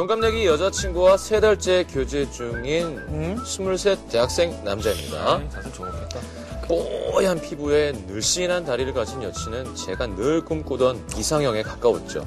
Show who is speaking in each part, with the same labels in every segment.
Speaker 1: 동갑내기 여자친구와 세 달째 교제 중인 23 대학생 남자입니다.
Speaker 2: 다들 좋겠다.
Speaker 1: 뽀얀 피부에 늘씬한 다리를 가진 여친은 제가 늘 꿈꾸던 이상형에 가까웠죠.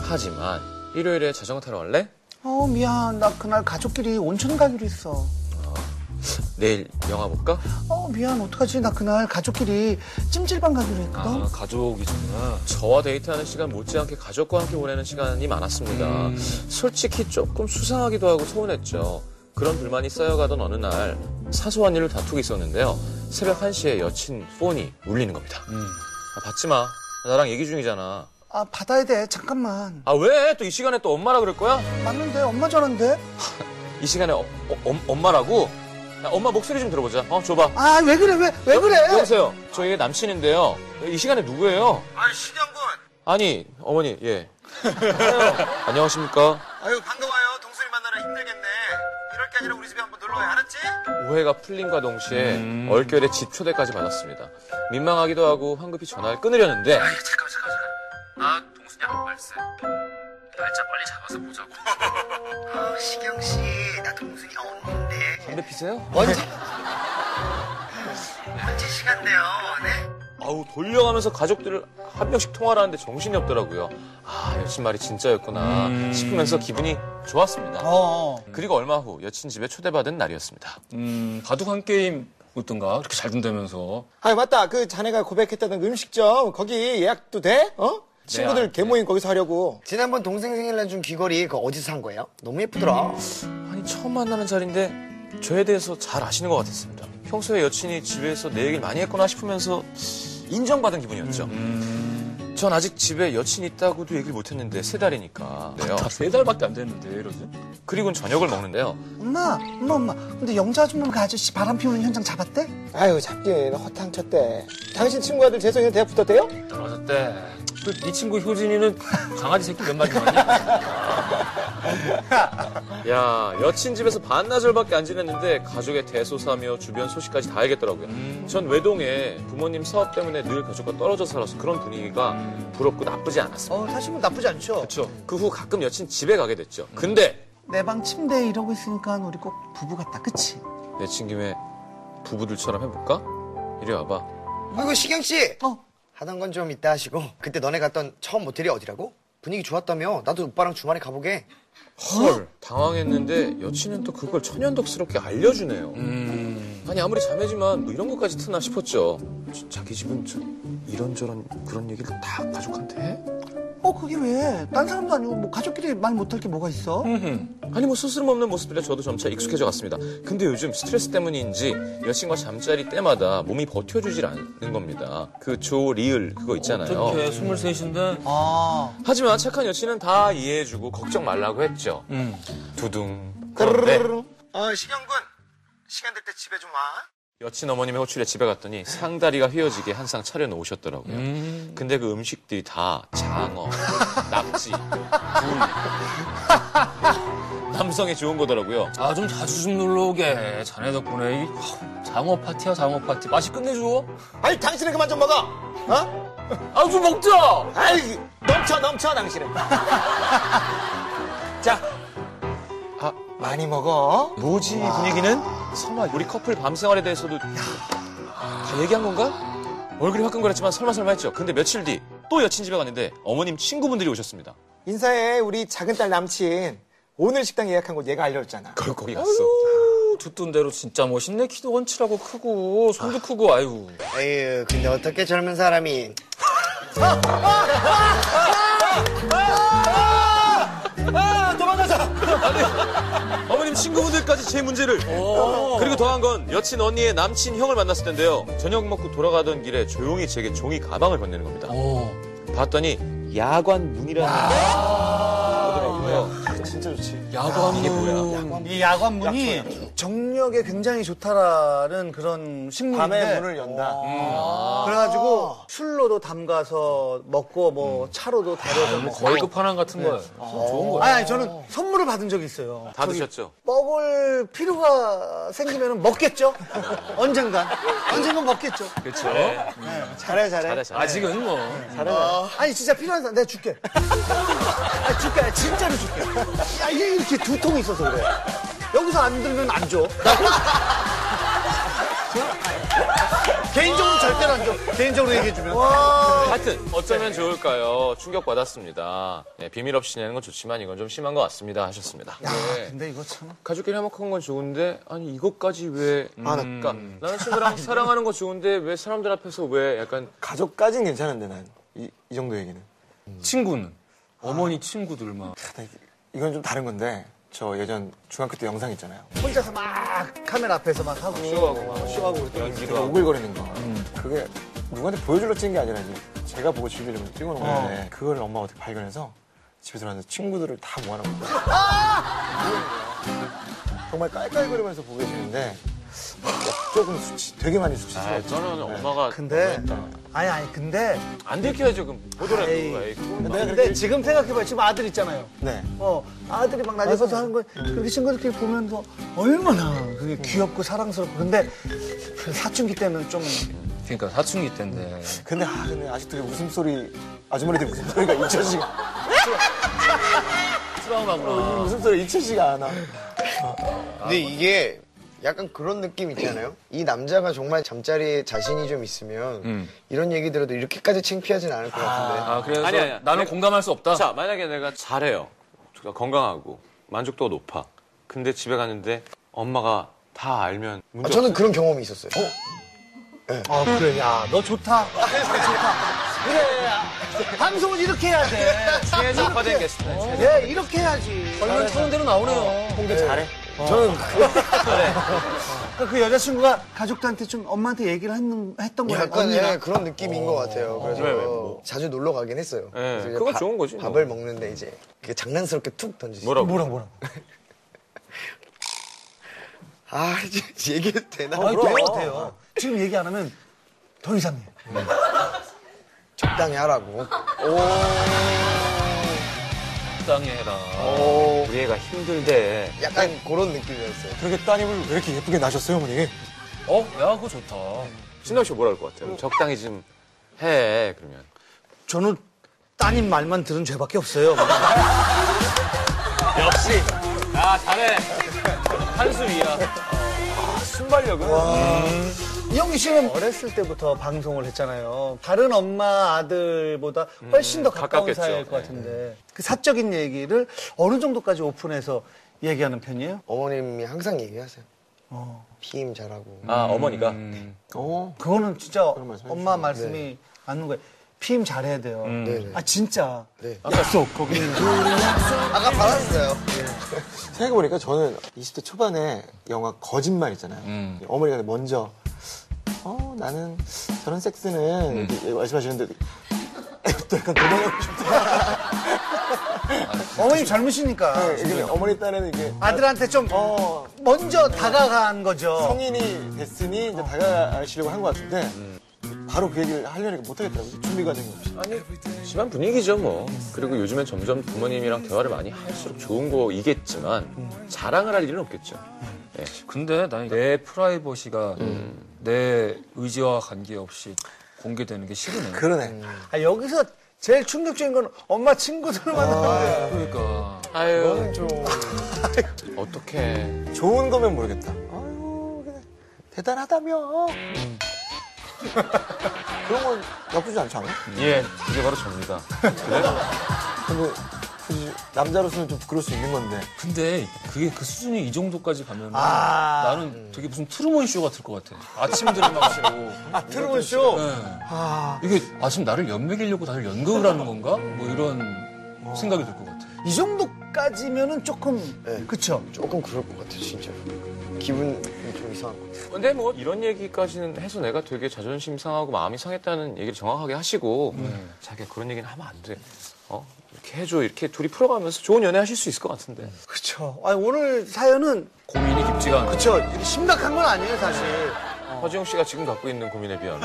Speaker 1: 하지만 일요일에 자전거 타러 갈래?
Speaker 3: 어 미안 나 그날 가족끼리 온천 가기로 했어
Speaker 1: 내일 영화 볼까?
Speaker 3: 어 미안 어떡하지 나 그날 가족끼리 찜질방 가기로 했거든
Speaker 2: 아, 가족이구나.
Speaker 1: 저와 데이트하는 시간 못지않게 가족과 함께 보내는 시간이 많았습니다.
Speaker 2: 음.
Speaker 1: 솔직히 조금 수상하기도 하고 서운했죠. 그런 불만이 쌓여가던 어느 날 사소한 일로 다투고 있었는데요. 새벽 1시에 여친 폰이 울리는 겁니다.
Speaker 2: 음.
Speaker 1: 아, 받지 마. 나랑 얘기 중이잖아.
Speaker 3: 아 받아야 돼 잠깐만
Speaker 1: 아, 왜? 또 이 시간에 또 엄마라 그럴 거야?
Speaker 3: 맞는데 엄마 전화인데
Speaker 1: 이 시간에 어- 어- 엄- 엄마라고? 야, 엄마 목소리 좀 들어보자. 어, 줘봐.
Speaker 3: 아 왜 그래 왜 왜 그래
Speaker 1: 여- 여보세요. 저희 남친인데요. 이 시간에 누구예요?
Speaker 4: 아이 신영군
Speaker 1: 아니, 어머니, 예. 안녕하십니까?
Speaker 4: 아유 반가워요 동순이 만나러 힘들겠네 이럴 게 아니라 우리 집에 한번 놀러와요 알았지?
Speaker 1: 오해가 풀림과 동시에 얼결에 집 초대까지 받았습니다. 민망하기도 하고 황급히 전화를 끊으려는데
Speaker 4: 아이 잠깐만 잠깐만 잠깐 나 동순이 안 말세 날짜 빨리 잡아서 보자고 아 신영씨 나 동순이 언니인데
Speaker 1: 담배 피세요?
Speaker 4: 언제 시간 돼요 네?
Speaker 1: 아우 돌려가면서 가족들을 한 명씩 통화를 하는데 정신이 없더라고요. 아 여친 말이 진짜였구나 싶으면서 기분이 좋았습니다.
Speaker 3: 어
Speaker 1: 그리고 얼마 후 여친 집에 초대받은 날이었습니다.
Speaker 2: 음, 바둑 한 게임 웃던가? 이렇게 잘 준다면서.
Speaker 5: 아 맞다 그 자네가 고백했다던 그 음식점 거기 예약도 돼? 어? 친구들 개모임 거기서 하려고
Speaker 4: 네, 아, 지난번 동생 생일날 준 귀걸이 그거 어디서 산 거예요? 너무 예쁘더라
Speaker 1: 아니 처음 만나는 자리인데 저에 대해서 잘 아시는 것 같았습니다. 평소에 여친이 집에서 내 얘기를 많이 했구나 싶으면서 인정받은 기분이었죠. 전 아직 집에 여친 있다고도 얘기를 못했는데 세 달이니까. 네요.
Speaker 2: 다 세 달밖에 안 됐는데, 이러지?
Speaker 1: 그리고는 저녁을 먹는데요.
Speaker 3: 엄마 엄마 엄마 근데 영자 아줌마가 아저씨 바람 피우는 현장 잡았대
Speaker 5: 아유 잡긴 허탕 쳤대 당신 친구 아들 재성이는 대학 붙었대요?
Speaker 2: 떨어졌대. 또네 친구 효진이는 강아지 새끼 몇 마리 많니?
Speaker 1: 야 여친 집에서 반나절밖에 안 지냈는데 가족의 대소사며 주변 소식까지 다 알겠더라고요. 전 외동에 부모님 사업 때문에 늘 가족과 떨어져 살아서 그런 분위기가 부럽고 나쁘지 않았습니다.
Speaker 3: 어 사실 뭐 나쁘지 않죠
Speaker 2: 그렇죠.
Speaker 1: 음. 그 후 가끔 여친 집에 가게 됐죠. 근데
Speaker 3: 내 방 침대에 이러고 있으니까 우리 꼭 부부 같다 그치
Speaker 1: 내친 김에 부부들처럼 해볼까? 이리 와봐.
Speaker 4: 아이고 신영씨
Speaker 3: 어
Speaker 4: 하던 건 좀 이따 하시고 그때 너네 갔던 처음 모텔이 어디라고? 분위기 좋았다며 나도 오빠랑 주말에 가보게
Speaker 1: 헐. 당황했는데 여친은 또 그걸 천연덕스럽게 알려주네요.
Speaker 2: 음.
Speaker 1: 아니 아무리 자매지만 뭐 이런 것까지 트나 싶었죠. 자- 자기 집은 저 이런저런 그런 얘기를 다 가족한테 해?
Speaker 3: 어, 그게 왜? 딴 사람도 아니고 뭐 가족끼리 말 못할 게 뭐가 있어?
Speaker 2: 음.
Speaker 1: 아니 뭐 스스럼 없는 모습들에 저도 점차 익숙해져 갔습니다. 근데 요즘 스트레스 때문인지 여친과 잠자리 때마다 몸이 버텨주질 않는 겁니다. 그 조 리을 그거 있잖아요.
Speaker 2: 어떻게 스물셋인데?
Speaker 3: 아,
Speaker 1: 하지만 착한 여친은 다 이해해주고 걱정 말라고 했죠.
Speaker 2: 음.
Speaker 1: 두둥. 그런데
Speaker 4: 어 신영군 시간 될 때 집에 좀와
Speaker 1: 여친 어머님의 호출에 집에 갔더니 상다리가 휘어지게 한 상 차려놓으셨더라고요.
Speaker 2: 음.
Speaker 1: 근데 그 음식들이 다 장어, 낙지, 굴. 남성에 좋은 거더라고요.
Speaker 2: 아, 좀 자주 좀 놀러 오게. 자네 덕분에. 이, 하, 장어 파티야, 장어 파티. 맛이 끝내줘.
Speaker 5: 아니 당신은 그만 좀 먹어 어?
Speaker 2: 아, 좀 먹자!
Speaker 5: 아이 넘쳐 넘쳐 당신은 자
Speaker 1: 아.
Speaker 5: 많이 먹어
Speaker 1: 뭐지 이 분위기는? 설마 우리 커플 밤생활에 대해서도 다 얘기한 건가? 얼굴이 화끈거렸지만 설마 설마 했죠. 근데 며칠 뒤 또 여친 집에 갔는데 어머님 친구분들이 오셨습니다.
Speaker 5: 인사해 우리 작은 딸 남친 오늘 식당 예약한 곳 얘가 알려줬잖아
Speaker 1: 그걸 거기 갔어.
Speaker 2: 아유, 듣던 대로 진짜 멋있네. 키도 원칠하고 크고, 손도 크고, 아유.
Speaker 4: 에휴 근데 어떻게 젊은 사람이
Speaker 1: 어머님 친구분들까지 제 문제를. 그리고 더한 건 여친 언니의 남친 형을 만났을 텐데요. 저녁 먹고 돌아가던 길에 조용히 제게 종이 가방을 건네는 겁니다.
Speaker 2: 어.
Speaker 1: 봤더니 야관 문이라는 거더라고요.
Speaker 2: 야광. 이게
Speaker 1: 뭐야?
Speaker 3: 이 야관문이 정력에 굉장히 좋다라는 그런 식물인데 어.
Speaker 5: 밤에 문을 연다
Speaker 3: 그래가지고 술로도 담가서 먹고 뭐 차로도 다려서 먹고 네. 어.
Speaker 2: 거의 끝판왕 같은 거야. 좋은 거야.
Speaker 3: 아니, 아니, 저는 선물을 받은 적이 있어요
Speaker 1: 다 드셨죠?
Speaker 3: 먹을 필요가 생기면 먹겠죠 언젠간 언젠간 먹겠죠 네.
Speaker 1: 그렇죠.
Speaker 5: 잘해 잘해
Speaker 1: 잘해 잘해.
Speaker 2: 아직은 뭐.
Speaker 3: 어. 아니 진짜 필요한 사람 내가 줄게 아, 줄게 진짜로 줄게 야, 이게 이렇게 두통이 있어서 그래. 여기서 안 들면 안 줘. 개인적으로 절대로 안 줘. 개인적으로 얘기해주면.
Speaker 1: 하여튼 어쩌면 좋을까요? 충격 받았습니다. 네, 비밀 없이 내는 건 좋지만 이건 좀 심한 것 같습니다. 하셨습니다. 네.
Speaker 3: 근데 이거 참.
Speaker 1: 가족끼리 행복한 건 좋은데 아니 이것까지 왜?
Speaker 3: 음. 아,
Speaker 5: 나-
Speaker 1: 그러니까 나는 친구랑 사랑하는 거 좋은데 왜 사람들 앞에서 왜 약간
Speaker 5: 가족까지는 괜찮은데 난 이 정도 얘기는.
Speaker 2: 친구는 어머니 친구들만
Speaker 5: 다- 이건 좀 다른 건데 저 예전 중학교 때 영상 있잖아요.
Speaker 3: 혼자서 막 카메라 앞에서 막 하고.
Speaker 1: 쇼하고 막
Speaker 3: 쇼하고 음. 그랬더니.
Speaker 5: 제가 오글거리는 거. 그게 누구한테 보여주려 찍은 게 아니라 이제 제가 보고 즐기려고 찍어놓은 건데 그걸 엄마가 어떻게 발견해서 집에 들어왔는데 친구들을 다 모아놓은 거예요.
Speaker 3: 아!
Speaker 5: 정말 깔깔거리면서 보고 계시는데 조금 수치, 되게 많이
Speaker 1: 아,
Speaker 5: 수치스러웠죠.
Speaker 1: 저는 엄마가
Speaker 3: 네, 근데. 아니, 아니, 근데.
Speaker 1: 안 들켜야죠. 그럼 보더라도
Speaker 3: 에이.
Speaker 1: 거야. 에이, 그건 막-
Speaker 5: 내가
Speaker 3: 근데
Speaker 5: 그렇게
Speaker 3: 지금 생각해봐요. 지금 아들 있잖아요.
Speaker 5: 네.
Speaker 3: 어, 아들이 막 나대서 하는 걸 그렇게 친구들끼리 보면 뭐 얼마나 그게 귀엽고 사랑스럽고. 근데 그 사춘기 때는 좀
Speaker 2: 그러니까 사춘기 때인데
Speaker 5: 근데, 아, 근데 아직도 그 웃음소리 아주머니들 웃음소리가 잊혀지가
Speaker 3: 아.
Speaker 2: 트라우마구나.
Speaker 5: 웃음소리 잊혀지가 않아.
Speaker 1: 아,
Speaker 6: 근데 이게 약간 그런 느낌 있잖아요. 이 남자가 정말 잠자리에 자신이 좀 있으면 이런 얘기 들어도 이렇게까지 창피하진 않을 것 같은데.
Speaker 2: 아 그래서
Speaker 1: 음. 아니, 아니야.
Speaker 2: 나는 공감할 수 없다.
Speaker 1: 자 만약에 내가 잘해요. 건강하고 만족도가 높아. 근데 집에 갔는데 엄마가 다 알면
Speaker 6: 아,
Speaker 1: 문제
Speaker 6: 저는 그런 경험이 있었어요.
Speaker 3: 어, 그래. 야, 너 좋다. 너 좋다. 그래. 방송은 이렇게 해야
Speaker 2: 네,
Speaker 3: 돼.
Speaker 1: 최적화된 게스트.
Speaker 3: 예, 이렇게 해야지. 네. 어.
Speaker 2: 얼른 터는 대로 나오네요.
Speaker 5: 홍대 잘해.
Speaker 3: 네. 그러니까 그 여자친구가 가족들한테 좀 엄마한테 얘기를 했는, 했던 거야.
Speaker 6: 약간
Speaker 3: 언니랑.
Speaker 6: 예, 그런 느낌인
Speaker 1: 어.
Speaker 6: 것 같아요. 그래서 자주 놀러 가긴 했어요. 그래서
Speaker 1: 뭐?
Speaker 6: 이제
Speaker 1: 예, 그건
Speaker 6: 밥-
Speaker 1: 좋은 거지, 뭐.
Speaker 6: 밥을 먹는데 이제 그게 장난스럽게 툭 던지시.
Speaker 1: 뭐라고?
Speaker 6: 아 이제 얘기해도 되나? 뭐,
Speaker 3: 아니, 돼요, 돼요. 지금 얘기 안 하면 더 이상해.
Speaker 6: 적당히 하라고.
Speaker 2: 적당히 해라.
Speaker 1: 우리 애가 힘들대.
Speaker 6: 약간 그런 느낌이었어요.
Speaker 5: 그렇게 따님을 왜 이렇게 예쁘게 나셨어요, 어머니?
Speaker 2: 어? 야 그거 좋다.
Speaker 1: 신동엽 씨 뭐라 할 것 같아요? 적당히 좀 해. 그러면.
Speaker 3: 저는 따님 말만 들은 죄밖에 없어요.
Speaker 1: 역시. 아, 잘해. 한수 위야. 아, 순발력은. 음.
Speaker 3: 이영기 씨는 어렸을 때부터 방송을 했잖아요. 다른 엄마 아들보다 훨씬 더 가까운
Speaker 1: 음, 가깝겠죠. 네.
Speaker 3: 사이일 것 같은데 그 사적인 얘기를 어느 정도까지 오픈해서 얘기하는 편이에요?
Speaker 6: 어머님이 항상 얘기하세요. 피임 잘하고.
Speaker 1: 아, 어머니가?
Speaker 5: 오.
Speaker 3: 그거는 진짜
Speaker 5: 말씀
Speaker 3: 엄마 말씀이
Speaker 1: 네.
Speaker 3: 맞는 거예요. 피임 잘해야 돼요.
Speaker 1: 음.
Speaker 6: 네네.
Speaker 3: 아 진짜.
Speaker 6: 네.
Speaker 3: 약속 거기는.
Speaker 6: 아까 받았어요.
Speaker 5: 생각해보니까 저는 20대 초반에 영화 거짓말 있잖아요. 어머니가 먼저, 어, 나는 저런 섹스는 이렇게 말씀하시는데, 또 약간 도망가고
Speaker 3: 어머님 젊으시니까
Speaker 5: 싶어요. 이게 어머니 딸에는 이게
Speaker 3: 아, 아들한테 좀
Speaker 5: 어,
Speaker 3: 먼저 다가간 거죠.
Speaker 5: 성인이 됐으니 이제 다가가시려고 한 것 같은데, 바로 그 얘기를 하려니까 못하겠더라고요. 준비 과정이 없이.
Speaker 1: 아니, 집안 분위기죠, 뭐. 그리고 요즘엔 점점 부모님이랑 대화를 많이 할수록 좋은 거이겠지만, 자랑을 할 일은 없겠죠.
Speaker 2: 근데 난 내 음. 프라이버시가 내 의지와 관계없이 공개되는 게 싫으네.
Speaker 5: 그러네.
Speaker 3: 아, 여기서 제일 충격적인 건 엄마 친구들
Speaker 5: 아, 네.
Speaker 3: 만나는데
Speaker 2: 그러니까.
Speaker 1: 아유. 뭐, 어떡해.
Speaker 5: 좋은 거면 모르겠다. 아유, 그래. 대단하다며. 그런 건 나쁘지 않지 않아?
Speaker 1: 예, 그게 바로 접니다.
Speaker 5: 근데 굳이 뭐, 그 남자로서는 좀 부끄러울 수 있는 건데.
Speaker 2: 네. 근데 그게 그 수준이 이 정도까지 가면
Speaker 3: 아.
Speaker 2: 나는 되게 무슨 트루먼 쇼 같을 것 같아. 아침 드라마시고. 예.
Speaker 3: 아, 트루먼 쇼.
Speaker 2: 이게 아 지금 나를 연맥이려고 다들 연극을 하는 건가? 뭐 이런
Speaker 3: 어.
Speaker 2: 생각이 들 것 같아.
Speaker 3: 이 정도까지면은 조금
Speaker 5: 네.
Speaker 3: 그쵸?
Speaker 6: 조금 그럴 것 같아요, 진짜. 기분이 좀 이상한 것 같아요.
Speaker 1: 근데 뭐 이런 얘기까지는 해서 내가 되게 자존심 상하고 마음이 상했다는 얘기를 정확하게 하시고 자기가 그런 얘기는 하면 안 돼. 어? 이렇게 해줘. 이렇게 둘이 풀어가면서 좋은 연애 하실 수 있을 것 같은데.
Speaker 3: 그쵸. 아니, 오늘 사연은
Speaker 2: 고민이 깊지가 않아.
Speaker 3: 그쵸. 이렇게 심각한 건 아니에요, 사실.
Speaker 1: 허지웅 씨가 지금 갖고 있는 고민에 비하면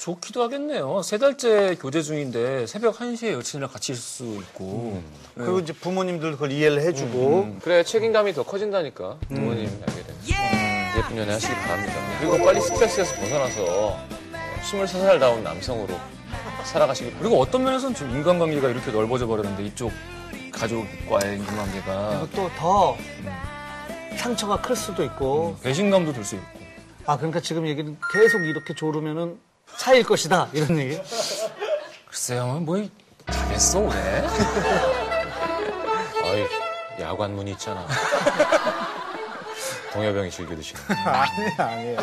Speaker 2: 좋기도 하겠네요. 세 달째 교제 중인데 새벽 1시에 여친이랑 같이 있을 수 있고.
Speaker 3: 그리고 이제 부모님들 그걸 이해를 해주고.
Speaker 1: 그래 책임감이 더 커진다니까 부모님 알게 되면 예쁜 연애 하시기 바랍니다. 그리고 빨리 스트레스에서 벗어나서 23살다운 남성으로 살아가시기
Speaker 2: 그리고 어떤 면에서는 지금 인간관계가 이렇게 넓어져 버렸는데 이쪽 가족과의 인간관계가
Speaker 3: 네.
Speaker 5: 그리고 또 더 상처가 클 수도 있고
Speaker 2: 배신감도 들 수 있고
Speaker 5: 아 그러니까 지금 얘기는 계속 이렇게 조르면은 차일 것이다 이런 얘기
Speaker 2: 글쎄 형은 뭐 이- 잘했어 올해
Speaker 1: 어이, 야관문이 있잖아. 동여병이 즐겨 드시는.
Speaker 7: 아니야, 아니야.